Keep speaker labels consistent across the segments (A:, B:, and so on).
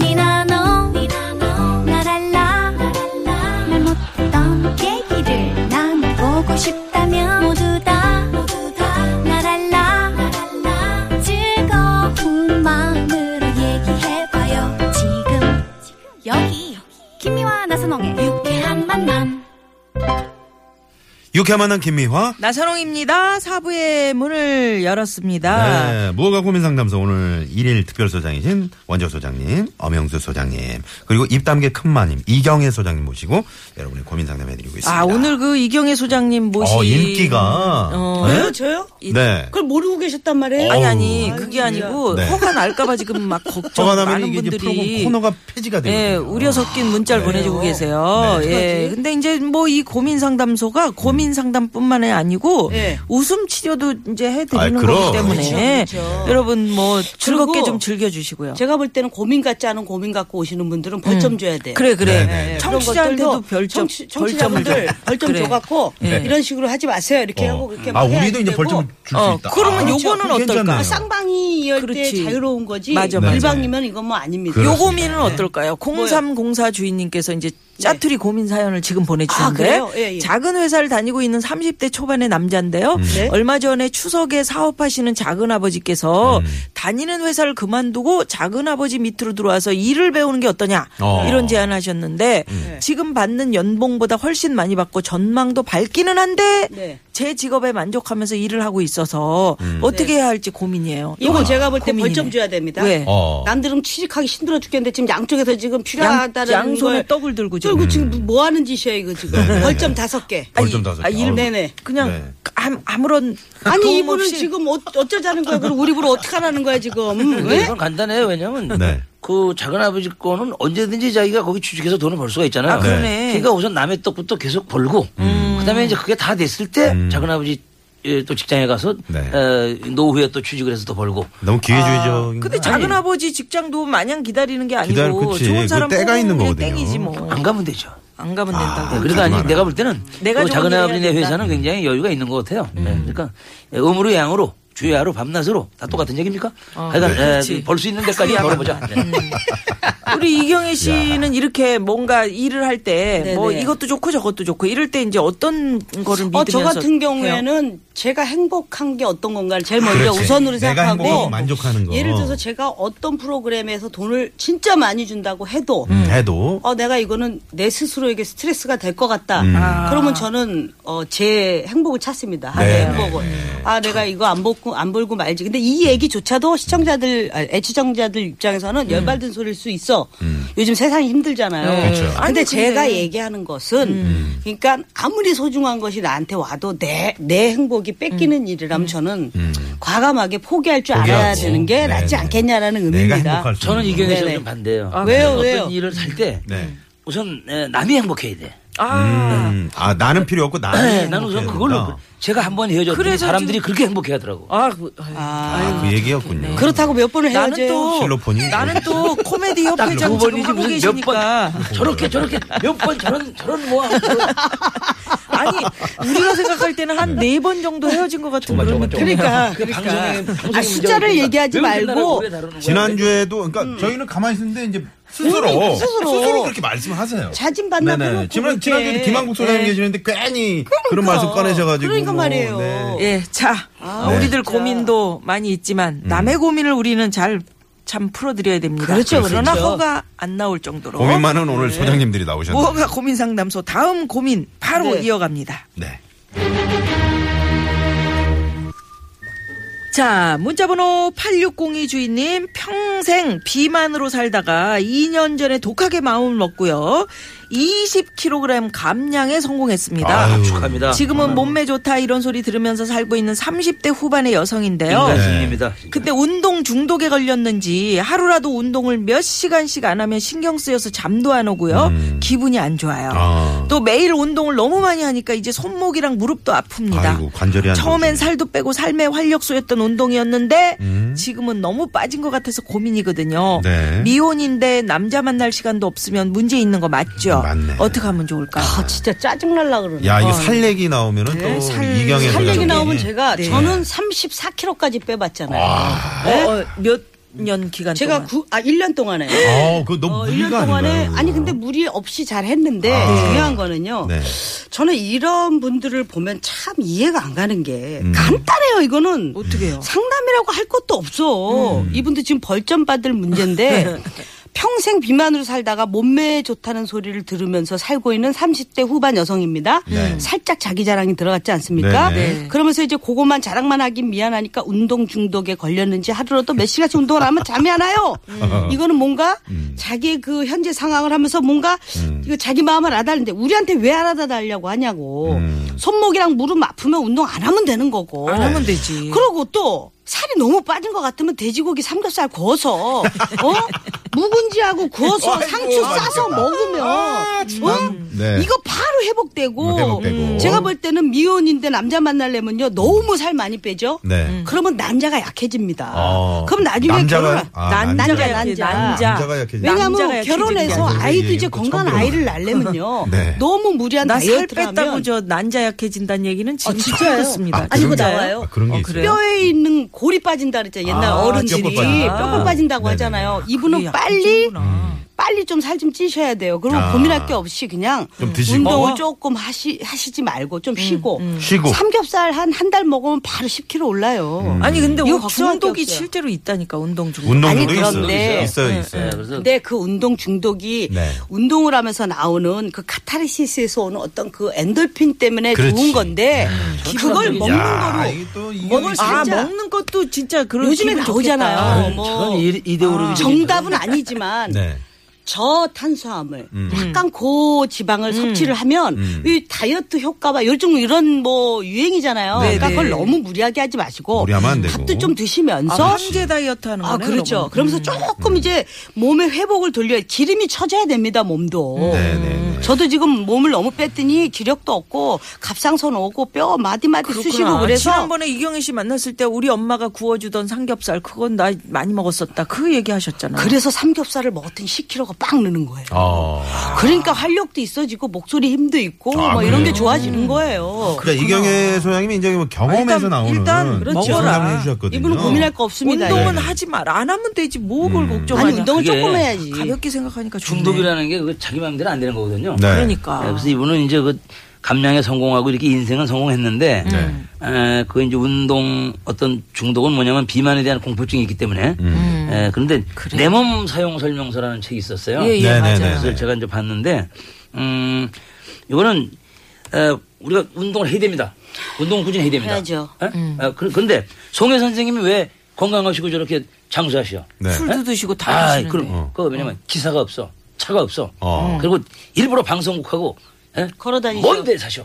A: 니나노 날 알라 말 못했던 얘기를 나눠보고 싶다면 모두 다날 알라 즐거운 마음으로 얘기해봐요 지금 여기 김미와 나선홍의 유쾌한 만남
B: 유쾌한 만남 김미화.
C: 나선홍입니다. 사부의 문을 열었습니다.
B: 네, 무허가 고민 상담소 오늘 일일 특별 소장이신 원조 소장님, 엄영수 소장님, 그리고 입담계 큰마님 이경혜 소장님 모시고 여러분의 고민 상담해드리고 있습니다.
C: 아 오늘 그 이경혜 소장님 모시
B: 어 인기가
C: 어.
B: 네?
D: 왜요, 아, 저요?
B: 네.
D: 그걸 모르고 계셨단 말이에요?
C: 아니 아니 그게 아니고
B: 네.
C: 허가 날까봐 지금 막 걱정
B: 저가 나면
C: 많은
B: 이게 이제 프로그램
C: 분들이
B: 코너가 폐지가 되거든요.
C: 예, 우려 섞인 문자를
B: 네.
C: 보내주고 계세요. 예. 근데 이제 뭐 이 고민 상담소가 고민
B: 음.
C: 상담뿐만이 아니고
D: 네.
C: 웃음 치료도 이제
B: 아이,
C: 해드리는
B: 그럼.
C: 거기 때문에
D: 그렇죠, 그렇죠.
C: 여러분 뭐 즐겁게
D: 그리고
C: 좀 즐겨주시고요.
D: 제가 볼 때는 고민 같지 않은 고민 갖고 오시는 분들은 벌점 줘야 돼.
C: 음. 그래
B: 네,
C: 그래
B: 네, 네.
C: 청취자한테도 별점
D: 청취, 자분
C: 벌점을
D: 들
C: 줘.
D: 벌점
C: 그래. 어.
D: 줘갖고
C: 네.
D: 이런 식으로 하지 마세요. 이렇게 하고 그렇게
B: 아
D: 막 해야
B: 우리도 이제
D: 되고.
B: 벌점 줄 수
C: 어,
B: 있다.
C: 그러면
B: 아,
C: 요거는
B: 그거
C: 어떨까?
B: 괜찮아요.
D: 아, 쌍방이일
C: 음. 그렇지.
D: 때 자유로운 거지.
C: 맞아,
B: 맞아.
D: 일방이면 이건 뭐 아닙니다.
B: 그렇습니다.
C: 요 고민은 어떨까요? 0304 주인님께서 이제 짜투리 고민 사연을 지금
D: 네. 아,
C: 보내주셨는데
D: 그래요? 예, 예.
C: 작은 회사를 다니고 있는 30대 초반의 남자인데요.
D: 네.
C: 얼마 전에 추석에 사업하시는 작은 아버지께서
D: 음.
C: 다니는 회사를 그만두고 작은 아버지 밑으로 들어와서 일을 배우는 게 어떠냐
B: 어.
C: 이런 제안을 하셨는데
D: 음. 네.
C: 지금 받는 연봉보다 훨씬 많이 받고 전망도 밝기는 한데
D: 네. 음.
C: 제 직업에 만족하면서 일을 하고 있어서
D: 네.
C: 어떻게 해야 할지 고민이에요.
D: 이건 제가 볼 때
C: 고민이네.
D: 벌점 줘야 됩니다.
C: 왜?
B: 어.
D: 남들은 취직하기 힘들어 죽겠는데 지금 양쪽에서 지금
C: 양,
D: 필요하다는
C: 양손에
D: 걸
C: 떡을 들고 지금. 음.
D: 떨고 지금 뭐 하는 짓이야 이거 지금.
B: 네, 네,
D: 벌점
B: 네.
D: 다섯 개.
B: 벌점 다섯 개.
C: 아, 일-
B: 아우.
D: 네네.
C: 그냥
B: 네.
C: 아무- 아무런 도움
D: 아니 이분은
C: 없이
D: 지금 어, 어쩌자는 거야? 그럼 우리 부로 어떻게 하라는 거야 지금? 네? 어, 왜?
E: 이건 간단해요. 왜냐면
B: 네.
E: 그 작은 아버지 거는 언제든지 자기가 거기 취직해서 돈을 벌 수가 있잖아요.
C: 아, 그러네.
E: 그러니까 우선 남의 떡부터 계속 벌고 그다음에 이제 그게 다 됐을 때 작은 아버지 예, 또 직장에 가서
B: 네.
E: 에, 노후에 또 취직을 해서 또 벌고
B: 너무 기회주의적인.
C: 아, 근데 작은 아버지 직장도 마냥 기다리는 게 아니고
B: 기다려, 그치.
C: 좋은 사람
B: 그 때가
C: 뽑으면
B: 있는
C: 그냥
B: 거거든요.
C: 땡이지 뭐.
E: 안 가면 되죠.
C: 안 가면 된다고.
E: 네, 그러니까
B: 가지
E: 아니,
B: 마라.
E: 내가 볼 때는
C: 내가
E: 그
C: 좋은
E: 작은
C: 일을
E: 아버지네
C: 해야
E: 회사는 굉장히 여유가 있는 것 같아요. 네, 그러니까 음으로 양으로 주야로 밤낮으로 다 똑같은 얘기입니까?
B: 네.
E: 그러니까
C: 어. 그렇지. 음.
E: 벌수 있는 데까지 벌어보자. 네.
C: 우리 이경혜 씨는 이렇게 뭔가 일을 할 때 뭐
D: 네네.
C: 이것도 좋고 저것도 좋고 이럴 때 이제 어떤 거를 믿으면서
D: 어, 저 같은
C: 해요?
D: 경우에는 제가 행복한 게 어떤 건가를 제일 먼저
B: 그렇지.
D: 우선으로
B: 내가
D: 생각하고
B: 행복하고 만족하는 거.
D: 예를 들어서 제가 어떤 프로그램에서 돈을 진짜 많이 준다고 해도
B: 음, 해도
D: 어 내가 이거는 내 스스로에게 스트레스가 될 것 같다.
B: 음.
D: 그러면 저는 어 제 행복을 찾습니다. 아,
B: 네,
D: 내 행복을. 아 내가 이거 안 벌고 안 벌고 말지. 근데 이 얘기조차도 시청자들 아, 애청자들 입장에서는
B: 음.
D: 열받은 소리일 수 있어. 요즘 세상이 힘들잖아요.
B: 그렇죠.
D: 근데
C: 아니, 근데-
D: 제가 얘기하는 것은 그러니까 아무리 소중한 것이 나한테 와도 내 내 행복이 뺏기는 일이라면 저는 과감하게 포기할 줄 알아야
B: 음. 포기하고.
D: 되는 게
B: 네,
D: 낫지
B: 네.
D: 않겠냐라는
B: 내가
D: 의미입니다.
B: 행복할 수
E: 저는
B: 있는
E: 이경혜
D: 네네. 아,
E: 씨랑 좀 반대요.
D: 왜요,
E: 어떤
D: 왜요?
E: 일을 할 때
B: 거. 네.
E: 우선 에, 남이 행복해야 돼.
C: 아
B: 음, 아 나는 필요 없고 나는.
E: 네, 나는
B: 행복해야
E: 우선 그걸로
B: 된다.
E: 그- 제가 한 번 헤어졌더니
C: 그래서
E: 사람들이
C: 지금-
E: 그렇게 행복해하더라고.
C: 아, 그-
B: 아, 그 얘기였군요.
D: 그렇다고 몇 번을
C: 나는
D: 헤어져요.
C: 또
B: 실로폰이
C: 나는 또
D: 아,
C: 코미디 협회장
E: 딱두
C: 지금
E: 번이지
C: 하고
E: 무슨 몇
C: 계시니까
E: 번. 저렇게 저렇게 몇 번 저런 저런 뭐 하고
C: 아니 우리가 생각할 때는 한 네 번 정도 헤어진 것 같은 그런
E: 저거, 저거.
C: 느낌이에요.
D: 그러니까
E: 그
D: 그러니까.
E: 방송에
D: 아, 숫자를 얘기하지 말고
B: 지난주에도 그러니까 저희는 가만히 있는데 이제 스스로
D: 본인
B: 스스로,
D: 음. 스스로.
B: 그렇게 말씀하세요. 네,
D: 자진 반납 해놓고
B: 지난 지난주에
D: 그렇게.
B: 김한국 소장님
D: 네.
B: 계시는데 괜히 그런 말씀 꺼내셔가지고
D: 그러니까
B: 뭐,
D: 말이에요.
B: 네.
C: 예, 자,
D: 아,
C: 우리들 고민도 많이 있지만
B: 음.
C: 남의 고민을 우리는 잘 참 풀어드려야 됩니다.
D: 그렇죠,
C: 그러나
D: 그렇죠.
C: 허가 안 나올
D: 어?
C: 정도로
B: 고민만은 오늘
D: 네.
B: 소장님들이 나오셨네요.
D: 뭐,
C: 무허가 고민 상담소 다음 고민 바로
D: 네.
C: 이어갑니다.
B: 네.
C: 자, 문자번호 8602 주인님, 평생 비만으로 살다가 2년 전에 독하게 마음을 먹고요. 20kg 감량에 성공했습니다.
B: 아유.
E: 축하합니다.
C: 지금은 몸매 좋다 이런 소리 들으면서 살고 있는 30대 후반의 여성인데요.
E: 인간 승리입니다.
D: 네.
C: 근데 운동 중독에 걸렸는지 하루라도 운동을 몇 시간씩 안 하면 신경 쓰여서 잠도 안 오고요. 기분이 안 좋아요.
B: 아.
C: 또 매일 운동을 너무 많이 하니까 이제 손목이랑 무릎도 아픕니다.
B: 아이고, 관절이 안
C: 처음엔
B: 좋지.
C: 살도 빼고 삶의 활력소였던 운동이었는데 지금은 너무 빠진 것 같아서 고민이거든요.
B: 네.
C: 미혼인데 남자 만날 시간도 없으면 문제 있는 거 맞죠?
B: 맞네.
C: 어떻게 하면 좋을까?
D: 아 진짜 짜증 날라 그러네. 어.
B: 야, 이거 살 얘기 나오면은 또
C: 살-
B: 이경의
C: 살
D: 네, 살 얘기
B: 소장님이
D: 나오면 제가
C: 네.
D: 저는 34kg까지 빼봤잖아요.
C: 어, 몇 년 기간
D: 제가
C: 동안
D: 구, 아 1년 동안에
B: 아, 그거 너무
D: 어,
B: 무리가
D: 1년 동안에
B: 아닌가요, 그거?
D: 아니 근데 무리 없이 잘 했는데
B: 아.
D: 중요한 거는요.
B: 네.
D: 저는 이런 분들을 보면 참 이해가 안 가는 게
B: 음.
D: 간단해요. 이거는
C: 어떻게요?
D: 상담이라고 할 것도 없어.
B: 음.
D: 이분들 지금 벌점 받을
B: 네.
D: 문제인데 평생 비만으로 살다가 몸매에 좋다는 소리를 들으면서 살고 있는 30대 후반 여성입니다.
B: 네.
D: 살짝 자기 자랑이 들어갔지 않습니까?
B: 네네.
D: 그러면서 이제 그것만 자랑만 하긴 미안하니까 운동 중독에 걸렸는지 하루라도 몇 시간씩 운동을 하면 잠이 안 와요.
B: 음.
D: 이거는 뭔가 자기의 그 현재 상황을 하면서 뭔가 이거 자기 마음을 알아달는데 우리한테 왜 알아달라고 하냐고.
B: 음.
D: 손목이랑 무릎 아프면 운동 안 하면 되는 거고.
C: 안 하면 되지.
D: 그러고 또 살이 너무 빠진 것 같으면 돼지고기 삼겹살 구워서 어 묵은지하고 구워서 상추 싸서 먹으면
C: 아,
D: 어?
B: 네.
D: 이거 바로 회복되고,
B: 음, 회복되고.
D: 제가 볼 때는 미혼인데 남자 만나려면요 너무 살 많이 빼죠. 음.
B: 네.
D: 그러면 남자가 약해집니다.
B: 어.
D: 그럼 나중에
B: 남자가요?
D: 결혼
B: 아,
D: 남자
B: 남자가
D: 남자
C: 남자.
B: 남자가 약해지죠.
D: 왜냐하면
C: 남자가
D: 결혼해서
B: 약해지니까.
D: 아이도 이제
B: 이것도
D: 건강한
B: 처음
D: 아이를 낳려면요
B: 네.
D: 너무 무리한
C: 나 살
D: 다이어트를
C: 뺐다고
D: 하면
C: 저 난자 약해진다는 얘기는 지금
D: 아,
C: 처음
D: 진짜요?
C: 듣습니다.
B: 아, 그런
D: 아니, 이거
B: 게-
D: 나와요?
B: 아, 그런 게
C: 어,
B: 있어요.
C: 그래요?
D: 뼈에 있는 골이 빠진다 그랬잖아요. 옛날
B: 아,
D: 어른들이
B: 뼈골 빠진다.
D: 뼈골 빠진다고
B: 네네.
D: 하잖아요. 이분은 빨리 빨리 좀 살 좀 찌셔야 돼요. 그리고
B: 아.
D: 고민할 게 없이 그냥
B: 좀 드시고. 음,
D: 운동을
B: 먹어.
D: 조금 하시 하시지 말고 좀 쉬고
B: 쉬고.
D: 삼겹살 한 한 달 먹으면 바로 10kg 올라요.
C: 아니 근데
D: 이거
C: 오-
D: 걱정할 게
C: 중독이
D: 없어요.
C: 실제로 있다니까 운동 중독.
B: 음. 운동도
D: 아니,
B: 있어요.
D: 그런데-
B: 있어요, 있어요.
E: 네, 그래서
D: 근데 그 운동 중독이
B: 네.
D: 운동을 하면서 나오는 그 카타르시스에서 오는 어떤 그 엔돌핀 때문에
B: 그렇지. 네.
D: 좋은 건데 그걸
E: 야,
D: 먹는 거로
B: 이게 또 이게-
D: 먹을 수
C: 아
D: 진짜.
C: 먹는 것도 진짜 그런
D: 요즘에
C: 기분
D: 나오잖아요.
C: 좋겠다.
D: 뭐.
E: 저는 이- 이데올로기
D: 아. 정답은 아니지만
B: 네.
D: 저탄수화물,
B: 음.
D: 약간 고지방을
C: 음.
D: 섭취를 하면 이 다이어트 효과와 요즘 이런 뭐 유행이잖아요. 그러니까
C: 네.
D: 그걸 너무 무리하게 하지 마시고
B: 무리하면 안 되고.
D: 밥도 좀
C: 아,
D: 드시면서
C: 황제 다이어트 하는
D: 아,
C: 거네.
D: 그렇죠.
C: 그러면.
D: 그러면서
B: 음.
D: 조금 이제 몸의 회복을 돌려야 기름이 처져야 됩니다, 몸도. 음.
B: 네, 네, 네.
D: 저도 지금 몸을 너무 뺐더니 기력도 없고 갑상선 오고 뼈 마디마디 쑤시고 그래서
C: 지난번에 이경희 씨 만났을 때 우리 엄마가 구워주던 삼겹살 그건 나 많이 먹었었다 그 얘기하셨잖아요.
D: 그래서 삼겹살을 먹었더니 10kg가 빵 느는 거예요.
B: 어.
D: 그러니까 활력도 있어지고 목소리 힘도 있고
B: 아,
D: 뭐 이런
B: 그래요?
D: 게 좋아지는 거예요.
B: 그러니까 이경혜 소장님이 이제 뭐 경험에서
C: 일단-
B: 나오는
C: 일단 그렇죠.
B: 상담을 해주셨거든요.
D: 이분은 고민할 거 없습니다.
C: 운동은
B: 네. 음.
C: 하지 말 안 하면 되지 뭐 그걸 걱정하냐.
D: 아니 운동을
E: 그게
D: 조금 해야지.
C: 가볍게 생각하니까 좋네.
E: 예. 중독이라는 게 그거 자기 마음대로 안 되는 거거든요.
B: 네.
C: 그러니까.
E: 네, 그래서 이분은 이제 그 감량에 성공하고 이렇게 인생은 성공했는데
C: 음.
B: 네.
E: 에, 그 이제 운동 어떤 중독은 뭐냐면 비만에 대한 공포증이 있기 때문에
B: 음.
E: 에, 그런데 내 몸 사용 설명서라는 책이 있었어요.
C: 음. 예, 예,
B: 네, 네,
C: 맞아요.
B: 네.
E: 그래서 제가 이제 봤는데 음 이거는 에, 우리가 운동을 해야 됩니다. 운동은 꾸준히 해야 됩니다.
D: 해야죠.
E: 예?
C: 음.
E: 아, 그, 근데 송혜 선생님이 왜 건강하시고 저렇게 장수하시오?
B: 네.
C: 술도 드시고 다
E: 아,
C: 하시는데.
E: 그럼 그거 왜냐면 기사가 없어, 차가 없어. 음.
B: 어.
E: 그리고 일부러 방송국하고 예?
D: 걸어 다니죠.
E: 먼데 사셔.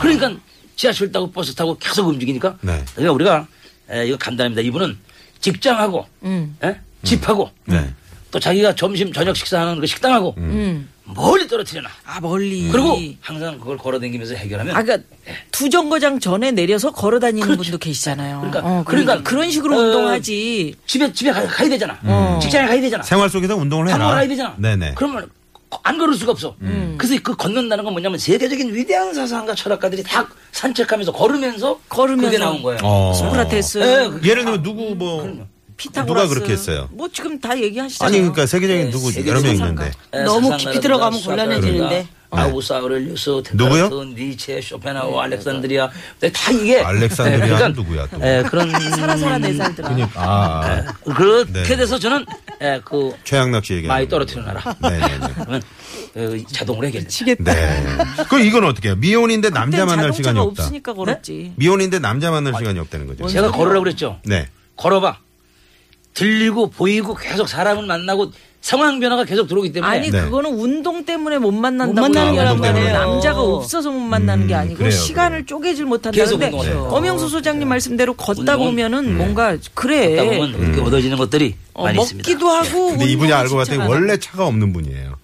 E: 그러니까 지하철 타고 버스 타고 계속 움직이니까.
B: 아. 네.
E: 그러니까 우리가 에, 이거 간단합니다. 이분은 직장하고
D: 음.
E: 예? 집하고
B: 네. 음.
E: 또 자기가 점심 저녁 식사하는 그 식당하고
D: 음.
E: 멀리 떨어뜨려놔.
C: 아 멀리.
E: 그리고 항상 그걸 걸어다니면서 해결하면.
C: 아, 그러니까 두 정거장 전에 내려서 걸어 다니는 분도 계시잖아요.
E: 그렇죠. 그러니까,
C: 어, 그러니까,
E: 그러니까,
C: 그런 식으로
E: 어,
C: 운동하지.
E: 집에 집에 가, 가야 되잖아. 직장에 가야 되잖아.
B: 음. 생활 속에서 운동을 해라.
E: 탐험을 가야 되잖아.
B: 네네. 음.
E: 그러면 안 걸을 수가 없어. 그래서 그 걷는다는 건 뭐냐면 세계적인 위대한 사상가 철학가들이 다 산책하면서 걸으면서
C: 걸으면서.
E: 그게 나온 거예요.
B: 어.
C: 소크라테스,
E: 예, 그-
B: 예를 들면 누구 뭐
C: 피타고라스.
B: 누가 그렇게 했어요?
C: 뭐 지금 다 얘기하시잖아요.
B: 아니 그러니까 세계적인 누구
E: 네, 세계적인
B: 여러 명
E: 사상가.
B: 있는데 그러니까. 네.
E: 예,
D: 너무
E: 사상가라든가
D: 깊이 들어가면 곤란해지는데.
E: 수학가라든가 아우스 아우렐리우스,
B: 누구요?
E: 데카르트, 니체,
D: 네.
E: 쇼펜하우어, 알렉산드리아, 근데 다 이게
B: 알렉산드리아는
E: 예, 그러니까,
B: 누구야, 또.
E: 예, 그런
C: 살아살아 내네 살들아.
B: 그러니까 아,
E: 그렇게
B: 네.
E: 돼서 저는 예, 그
B: 최양락 씨 얘기.
E: 많이 떨어뜨려 놔라.
B: 네네네.
E: 그러면 어, 자동으로 해결돼.
B: 네. 그럼 이건 어떻게 해요? 미혼인데 남자
C: 그땐
B: 만날
C: 자동차가
B: 시간이 없다.
C: 없으니까 예. 걸었지.
B: 미혼인데 남자 만날 시간이 없다는 거죠.
E: 제가 걸으라고 그랬죠.
B: 네.
E: 걸어봐. 들리고 보이고 계속 사람을 만나고 상황 변화가 계속 들어오기 때문에
C: 아니
B: 네.
C: 그거는 운동 때문에 못 만난다고
D: 못 만나는
C: 얘기하는
B: 거란
C: 거예요.
B: 말이에요.
C: 남자가 없어서 못 만나는 게 아니고
B: 음, 그래요,
C: 시간을 쪼개질
E: 계속
C: 못한다는데
E: 운동을 해요.
C: 엄영수 소장님 말씀대로 걷다
E: 운동은-
C: 보면은
B: 음.
C: 뭔가 그래
E: 걷다 보면 이렇게 얻어지는 것들이
C: 네. 어,
E: 많이 있습니다.
C: 먹기도 하고
B: 예. 근데 이분이
C: 운동을
B: 알고 봤더니
C: 진짜 안 하고.
B: 원래 차가 없는 분이에요.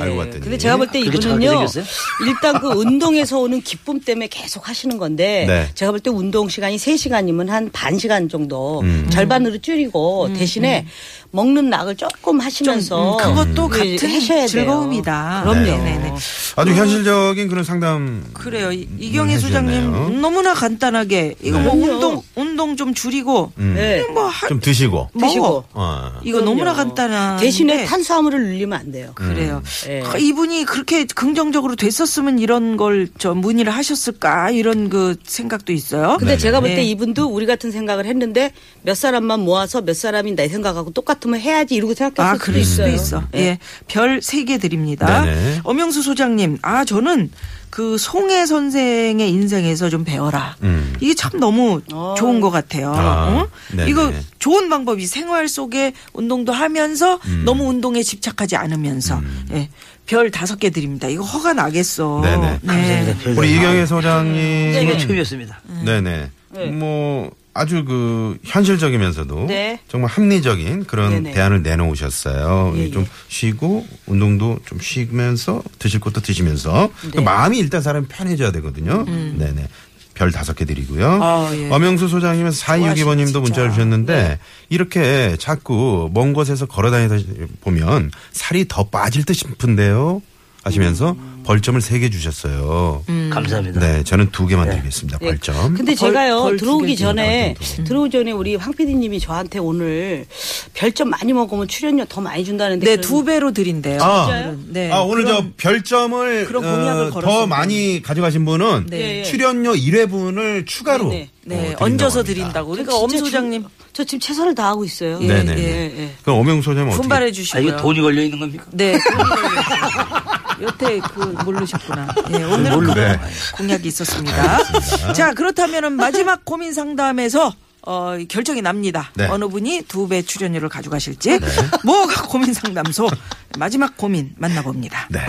B: 알고 봤더니.
D: 근데 네. 제가 볼 때
E: 그렇게
D: 이분은요.
E: 작게 생겼어요?
D: 일단 그 운동에서 오는 기쁨 때문에 계속 하시는 건데
B: 네.
D: 제가 볼 때 운동 시간이 3시간이면 한 반 시간 정도
B: 음.
D: 절반으로 줄이고
C: 음,
D: 대신에 먹는 낙을 조금 하시면서
C: 그것도
D: 음.
C: 같은
D: 하셔야 돼요.
C: 어. 즐거움이다.
D: 그럼요.
C: 네, 네, 네.
B: 아주 현실적인 그런 상담.
C: 그래요. 이-
B: 음,
C: 이경혜
B: 해주셨네요.
C: 소장님 너무나 간단하게 이거
B: 네. 음.
C: 뭐
D: 그럼요.
C: 운동 운동 좀 줄이고
D: 네.
C: 그냥 뭐 하,
B: 좀 드시고.
C: 먹어.
D: 드시고.
B: 어.
C: 이거 너무나 간단한
D: 대신에 탄수화물을 늘리면 안 돼요.
C: 그래요.
D: 예.
C: 아, 이분이 그렇게 긍정적으로 됐었으면 이런 걸 저 문의를 하셨을까 이런 그 생각도 있어요.
D: 근데 제가 볼
C: 네.
D: 때 이분도 우리 같은 생각을 했는데 몇 사람만 모아서 몇 사람이 내 생각하고 똑같으면 해야지 이러고 생각했을
C: 아,
D: 수도
C: 그럴 수도
D: 있어요.
C: 있어. 예. 별 세 개 드립니다.
B: 네네.
C: 엄영수 소장님, 아, 저는 그 송혜 선생의 인생에서 좀 배워라.
B: 음.
C: 이게 참 너무 좋은 것 같아요.
B: 아,
C: 어?
B: 네네.
C: 이거 좋은 방법이 생활 속에 운동도 하면서
B: 음.
C: 너무 운동에 집착하지 않으면서. 예. 별 다섯 개 드립니다. 이거 허가 나겠어.
B: 네네.
C: 네.
B: 우리 이경혜
E: 아, 이게
D: 네.
B: 소장님.
E: 처음이었습니다.
B: 네네. 뭐 아주 그 현실적이면서도
D: 네.
B: 정말 합리적인 그런
D: 네네.
B: 대안을 내놓으셨어요.
D: 예,
B: 좀
D: 예.
B: 쉬고 운동도 좀 쉬면서 드실 것도 드시면서 그 마음이 일단 사람 이 편해져야 되거든요. 네네. 별 다섯 개 드리고요.
C: 아, 예.
B: 엄영수 소장님은 4262번님도
C: 진짜.
B: 문자를 주셨는데 이렇게 자꾸 먼 곳에서 걸어 다니다 보면 살이 더 빠질 듯 싶은데요. 하시면서 벌점을 세 개 주셨어요.
E: 음.
C: 음.
E: 감사합니다.
B: 네, 저는 두 개만 드리겠습니다.
D: 예.
B: 벌점.
D: 근데
C: 벌-
D: 제가요
C: 벌
D: 들어오기
C: 두개
D: 전에
B: 정도
C: 음.
D: 들어오기 전에 우리 황 PD님이 저한테 오늘 별점 많이 먹으면 출연료 더 많이 준다는데
C: 네,
D: 그런-
C: 두 배로 드린대요.
B: 아,
C: 네.
B: 아, 오늘 저 별점을
C: 그런 공약을
B: 어, 더
C: 걸었었는데.
B: 많이 가져가신 분은
D: 네.
B: 출연료 1회분을 추가로
D: 네,
C: 예. 네,
B: 어, 드린다고
C: 얹어서
B: 합니다. 어,
C: 드린다고.
D: 저
C: 그러니까
D: 진짜
C: 엄
D: 주-
C: 소장님
D: 저 지금 최선을 다하고 있어요.
B: 네, 네.
D: 예,
B: 네.
D: 예.
B: 그럼 엄영 소장님 어떻게
C: 분발해
E: 아,
C: 주시고요.
E: 이거 돈이 걸려 있는 겁니까?
C: 네. 그런 걸로 해서. 여태 그 모르셨구나. 예, 오늘은
B: 모르네.
C: 그런 공약이 있었습니다. 자 그렇다면은 마지막 고민 상담에서 어, 결정이 납니다.
B: 네.
C: 어느 분이 두 배 출연료를 가져가실지
E: 네.
C: 뭐가 고민 상담소 마지막 고민 만나봅니다.
B: 네.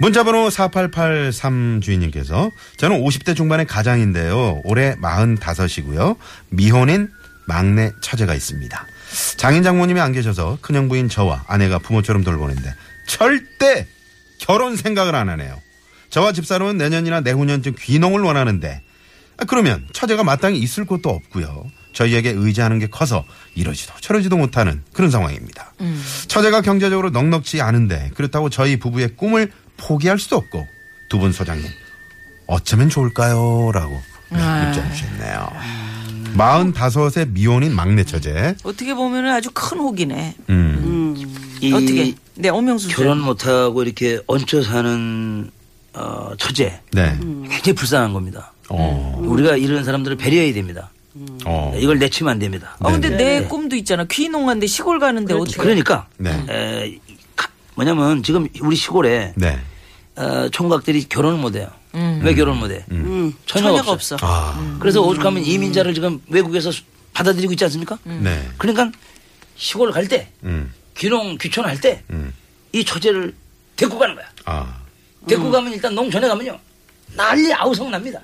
B: 문자번호 4883 주인님께서 저는 50대 중반의 가장인데요. 올해 45이고요. 미혼인 막내 처제가 있습니다. 장인 장모님이 안 계셔서 큰형 부인 저와 아내가 부모처럼 돌보는데 절대 결혼 생각을 안 하네요. 저와 집사람은 내년이나 내후년쯤 귀농을 원하는데 아, 그러면 처제가 마땅히 있을 곳도 없고요. 저희에게 의지하는 게 커서 이러지도 저러지도 못하는 그런 상황입니다. 처제가 경제적으로 넉넉지 않은데 그렇다고 저희 부부의 꿈을 포기할 수도 없고 두 분 소장님 어쩌면 좋을까요? 라고 네, 입장 주셨네요. 45의 미혼인 막내 처제.
C: 어떻게 보면은 아주 큰 혹이네.
B: 음.
E: 이
C: 어떻게? 네, 엄영수
E: 결혼
C: 선
E: 못하고 이렇게 얹혀 사는 어, 처제
B: 네.
C: 음.
E: 굉장히 불쌍한 겁니다.
B: 어.
E: 우리가 이런 사람들을 배려해야 됩니다.
B: 어.
E: 네.
B: 네,
E: 이걸 내치면 안 됩니다.
C: 아 근데 내 꿈도 있잖아. 귀농한데 시골 가는데 어떻게?
E: 그러니까
B: 네.
E: 에, 가- 뭐냐면 지금 우리 시골에
B: 네.
E: 어, 총각들이 결혼을 못해요.
C: 음.
E: 왜 결혼을 못해? 전혀
C: 처녀가 없어.
E: 없어.
B: 아.
E: 그래서 오죽하면 이민자를 지금 외국에서 수- 받아들이고 있지 않습니까?
C: 음.
B: 네.
E: 그러니까 시골 갈 때,
B: 음.
E: 귀농 귀촌할 때 이
B: 음.
E: 처제를 데리고 가는 거야.
B: 아.
C: 음.
E: 데리고 가면 일단 농촌에 가면요 난리 아우성 납니다.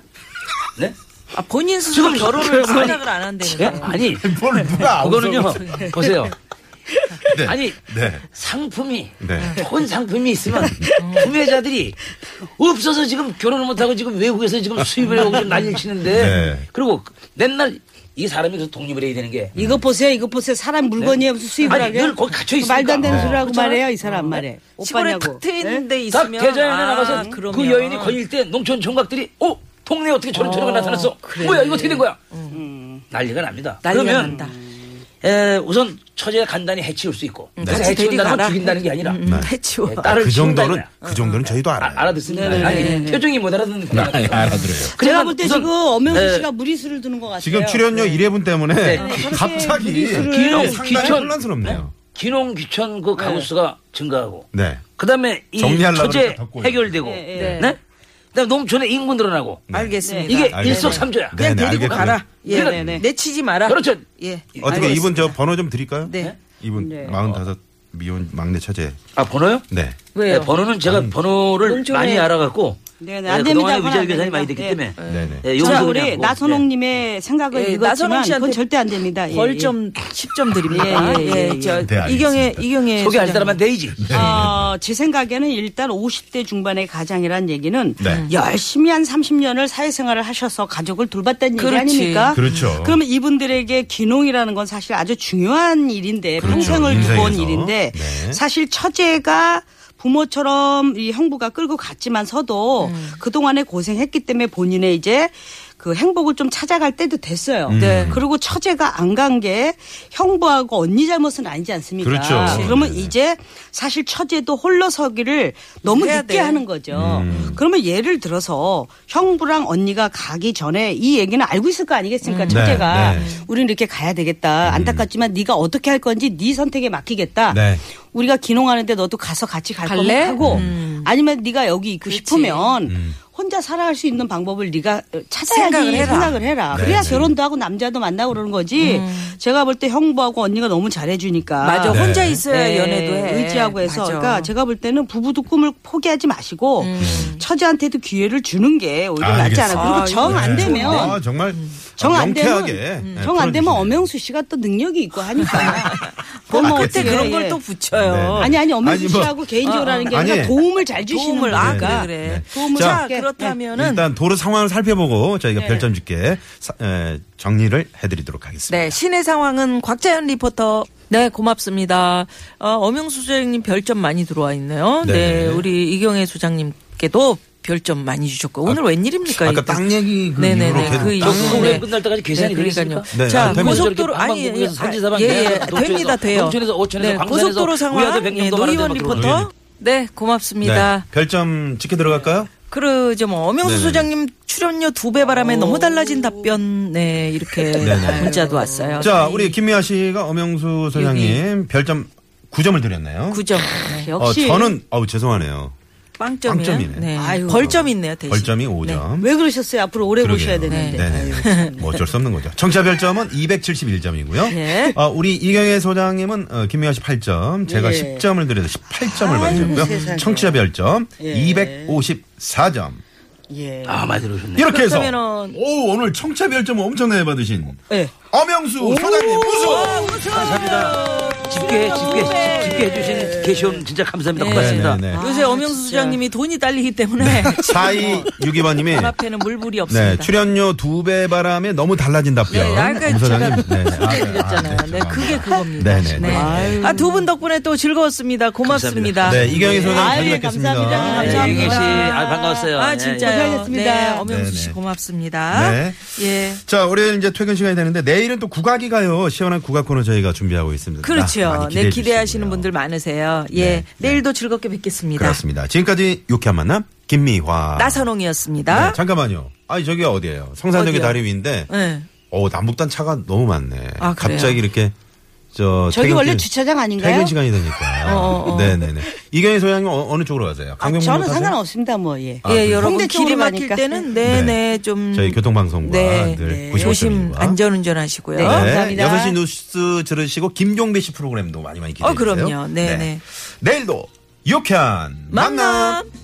E: 네?
C: 아 본인 스스로 결혼을 생각을 안
E: 예?
C: 한다는 거.
E: 아니
B: 뭘 누가
E: 네. 그거는요 보세요.
B: 네.
E: 아니
B: 네.
E: 상품이
B: 네.
E: 좋은 상품이 있으면 구매자들이 없어서 지금 결혼을 못하고 지금 외국에서 지금 수입을 하고 지금 난리를 치는데
B: 네.
E: 그리고 맨날 이 사람이 그래서 독립을 해야 되는 게
C: 음.
D: 이것 보세요, 이것 보세요. 사람 물건이에
C: 네.
D: 무슨 수입을
E: 아니,
D: 하게?
E: 늘 거기 갇혀 있으니까.
D: 말도 안 되는
E: 네.
D: 소리 하고
C: 그렇잖아요.
D: 말해요, 이 사람 말해.
C: 그렇죠. 어. 시골에
D: 오빠냐고.
C: 탁 트인 데
E: 딱
C: 있으면
E: 대자연에
C: 네? 아,
E: 나가서 그
C: 그러면.
E: 여인이 걸릴 때 농촌 총각들이 어 동네에 어떻게 저런 저런 가 나타났어 뭐야 이거 어떻게 된 거야 난리가 납니다
C: 음. 난리가
E: 그러면
C: 난다.
E: 에, 우선 처제 간단히 해치울 수 있고 그래서
C: 음, 같이
E: 해치운다는
C: 데리고
E: 건
C: 가라.
E: 죽인다는 게 아니라
C: 음, 해치워.
E: 예,
B: 아,
E: 딸을
B: 그
E: 키운다
B: 정도는
E: 이거야.
B: 그 정도는 저희도
E: 아,
B: 알아요.
E: 알아듣습니다
B: 네,
E: 아니 표정이 못 알아듣는 거야
B: 알아들어요.
D: 제가 볼 때 지금 엄영수
E: 네.
D: 씨가 무리수를 두는 것 같아요.
B: 지금 출연료 1회분 때문에 네. 갑자기 네.
D: 그
E: 귀농
B: 상당히
E: 귀촌
B: 혼란스럽네요.
E: 귀농 귀촌 그
D: 네.
E: 가구 수가 증가하고
B: 네.
E: 그다음에 이
B: 정리하려고
E: 처제
B: 그러니까 덮고
E: 해결되고
D: 네,
E: 네. 그다음에 농촌에 인구 늘어나고
C: 알겠습니다.
E: 이게
B: 알겠습니다.
E: 일석삼조야
B: 네,
C: 그냥
B: 네,
C: 데리고
B: 알겠군요.
C: 가라. 예,
E: 그래.
C: 네, 네. 내치지 마라.
E: 그렇죠.
C: 예.
B: 어떻게 이분 저 번호 좀 드릴까요?
C: 네.
B: 이분 45 미혼 막내 처제.
E: 아 번호요?
B: 네.
C: 왜요?
B: 음.
E: 네, 번호는 제가 번호를
C: 농촌에-
E: 많이 알아갖고
D: 네, 네,
E: 예,
D: 안 됩니다.
E: 그동안에
D: 그건
E: 위자료
D: 안
E: 계산이 많이
D: 됩니다.
E: 됐기
D: 예.
E: 때문에
B: 네네.
D: 자,
E: 예, 요것도
D: 우리
E: 그냥 뭐, 예.
D: 나선홍님의 생각을
C: 예, 나선홍
D: 읽었지만 그건
C: 씨한테
D: 절대 안
C: 아,
D: 됩니다. 예, 예.
C: 벌점 10점 드립니다.
D: 예, 예, 예,
C: 저
B: 네, 알겠습니다.
C: 이경혜 이경혜
E: 소개할
C: 소장님.
E: 사람한테 이지
B: 네.
D: 어, 제 생각에는 일단 50대 중반의 가장이란 얘기는
B: 네.
D: 열심히 한 30년을 사회생활을 하셔서 가족을 돌봤다는
C: 그렇지.
D: 얘기 아닙니까?
B: 그렇죠.
D: 그러면 이분들에게 귀농이라는 건 사실 아주 중요한 일인데
B: 그렇죠.
D: 평생을 두고 온
B: 인생에서.
D: 일인데
B: 네.
D: 사실 처제가 부모처럼 이 형부가 끌고 갔지만서도
C: 음.
D: 그동안에 고생했기 때문에 본인의 이제 그 행복을 좀 찾아갈 때도 됐어요.
B: 네.
D: 그리고 처제가 안 간 게 형부하고 언니 잘못은 아니지 않습니까?
B: 그렇죠.
D: 그러면
B: 네네.
D: 이제 사실 처제도 홀로서기를 너무
C: 해야
D: 늦게
C: 돼.
D: 하는 거죠.
B: 음.
D: 그러면 예를 들어서 형부랑 언니가 가기 전에 이 얘기는 알고 있을 거
C: 음.
D: 아니겠습니까? 처제가
B: 네, 네.
D: 우리는 이렇게 가야 되겠다. 안타깝지만 네가 어떻게 할 건지 네 선택에 맡기겠다.
B: 네.
D: 우리가 기농하는데 너도 가서 같이 갈
C: 갈래? 음.
D: 거면 하고 아니면 네가 여기 있고
C: 그렇지.
D: 싶으면
B: 음.
D: 혼자 살아갈 수 있는 방법을 네가 찾아야지
C: 생각을
D: 생각을
C: 해라.
D: 해라.
B: 네,
D: 그래야
B: 네.
D: 결혼도 하고 남자도 만나고 그러는 거지. 제가 볼 때 형부하고 언니가 너무 잘해주니까.
C: 음. 맞아.
B: 네.
C: 혼자 있어야
D: 네,
C: 예, 연애도 해.
D: 의지하고 해서
C: 맞아. 음.
D: 그러니까 제가 볼 때는 부부도 꿈을 포기하지 마시고 음. 처제한테도 기회를 주는 게 오히려 낫지
B: 알겠습니다.
D: 않아. 그리고
C: 아,
D: 정 안
B: 네.
D: 되면
B: 아, 정말
E: 음.
D: 정 안 되면 음.
B: 명쾌하게 네,
D: 정 안 되면
B: 풀어주시네요.
D: 엄영수 씨가 또 능력이 있고 하니까.
B: 아,
C: 어머
D: 그러면
C: 어때
D: 어떻게,
C: 그런
D: 예.
C: 걸 또 붙여요.
B: 네, 네.
D: 아니 아니
B: 아니,
D: 엄영수
B: 뭐.
D: 씨하고 개인적으로 하는 게
B: 아니.
D: 아니라 도움을 잘 주시는
C: 도움을 아 그래
D: 분이니까.
C: 그래.
B: 네.
D: 도움을
C: 자
D: 줄게.
C: 그렇다면은
B: 일단 도로 상황을 살펴보고 저희가
E: 네.
B: 별점 줄게 사- 에, 정리를 해드리도록 하겠습니다.
C: 네, 시내 상황은 곽자연 리포터. 네, 고맙습니다. 어, 엄영수 소장님 별점 많이 들어와 있네요.
B: 네.
C: 네, 우리 이경혜 소장님께도 별점 많이 주셨고 오늘 웬일입니까?
B: 아까
C: 그러니까 이거?
B: 땅 얘기 그
C: 네네네,
B: 이후로 계속
C: 그
B: 땅
C: 이후로
B: 얘기.
E: 프로그램 끝날 때까지 계산이
C: 네,
E: 되겠습니까?
C: 그러니까요.
B: 네,
C: 자,
B: 아, 됩니다.
C: 고속도로 아니
E: 아니 선지사방
C: 예, 예, 됩니다, 돼요.
E: 농촌에서 5천에서
C: 네, 고속도로 상황 예, 노희원 리포터. 네, 고맙습니다.
B: 네, 별점 지켜 들어갈까요?
C: 그러죠 뭐 엄영수
B: 네네.
C: 소장님 출연료 두 배 바람에 너무 달라진 답변 네 이렇게
B: 네네.
C: 문자도 왔어요.
B: 자, 우리 김미아 씨가 엄영수 소장님 별점 9점을 드렸나요?
C: 9점.
B: 어,
D: 역시
B: 저는 어우 죄송해요.
C: 빵점이요.
B: 빵점이네.
C: 네.
D: 아유.
C: 벌점 있네요, 대신.
B: 벌점이 5점.
D: 왜 그러셨어요? 앞으로 오래 보셔야 되는데. 아,
B: 네. 뭐 어쩔 수 없는 거죠. 청취자 별점은 271점이고요. 어, 우리 이경혜 소장님은 어, 김미아 씨 8점, 제가
D: 예.
B: 10점을 드려서 18점을
D: 아이고,
B: 받으셨고요.
D: 세상에.
B: 청취자 별점
D: 예.
B: 254점.
D: 예.
E: 아 많이 들어오셨네.
B: 이렇게 해서
C: 그렇다면은- 네.
B: 오, 오늘 청취자 별점 엄청나게 받으신
D: 예.
B: 엄영수 소장님
C: 아,
B: 우승!
E: 집계 집계 집계해 주신 게시온 진짜 감사합니다. 고맙습니다.
B: 네, 네, 네.
C: 아, 요새 엄영수 소장님이 돈이 딸리기 때문에 지금
B: 4262번님이
C: 앞에는 물불이 없습니다.
B: 네, 출연료 두 배 바람에 너무 달라진 답변.
C: 네, 아까
B: 엄 소장님.
C: 제가
B: 네, 네. 아, 네. 아,
C: 드렸잖아요. 네, 그게 그겁니다.
B: 네, 네, 네.
C: 아, 두 분 덕분에 또 즐거웠습니다. 고맙습니다.
B: 네, 이경희 소장님 잘
D: 아유,
B: 뵙겠습니다.
D: 감사합니다.
E: 네,
C: 감사합니다.
E: 이경희 씨, 아, 반가웠어요.
C: 아,
E: 네,
C: 진짜요.
D: 고생하셨습니다.
C: 네,
B: 네,
C: 엄영수
B: 네.
C: 씨 고맙습니다.
B: 네.
C: 예.
B: 자, 월요일 이제 퇴근 시간이 되는데 내일은 또 국악이 가요. 시원한 국악 코너 저희가 준비하고 있습니다. 아,
C: 그렇죠.
B: 많이 기대해
C: 네, 기대하시는
B: 주시고요.
C: 분들 많으세요.
B: 네,
C: 예.
B: 네.
C: 내일도 즐겁게 뵙겠습니다.
B: 그렇습니다. 지금까지 유쾌한 만남 김미화.
C: 나선홍이었습니다.
B: 네, 잠깐만요. 아니 저기 어디예요? 성산역의
C: 어디요?
B: 다리 위인데.
C: 네.
B: 어, 남북단 차가 너무 많네.
C: 아, 그래요?
B: 갑자기 이렇게 저
D: 저기
B: 퇴근길-
D: 원래 주차장 아닌가요? 어,
B: 퇴근 시간이 되니까. 네, 네, 네. 이경희 소장님 어, 어느 쪽으로 가세요?
D: 아,
B: 강경문
D: 저는
B: 가세요?
D: 상관없습니다, 뭐 예.
B: 아,
C: 예,
B: 그래요?
C: 여러분
D: 홍대
C: 길이
D: 쪽으로
C: 막힐
D: 가니까.
C: 때는 네네
B: 네.
C: 좀
B: 저희 교통방송과
C: 네,
B: 늘
C: 네.
B: 95.1 과.
C: 조심 안전운전하시고요.
D: 네. 감사합니다.
B: 6시 뉴스 들으시고 김종배 씨 프로그램도 많이 많이 기대해
D: 네,
C: 어, 그럼요.
B: 주세요.
C: 네, 네.
B: 내일도 유쾌한 만남.
C: 만남.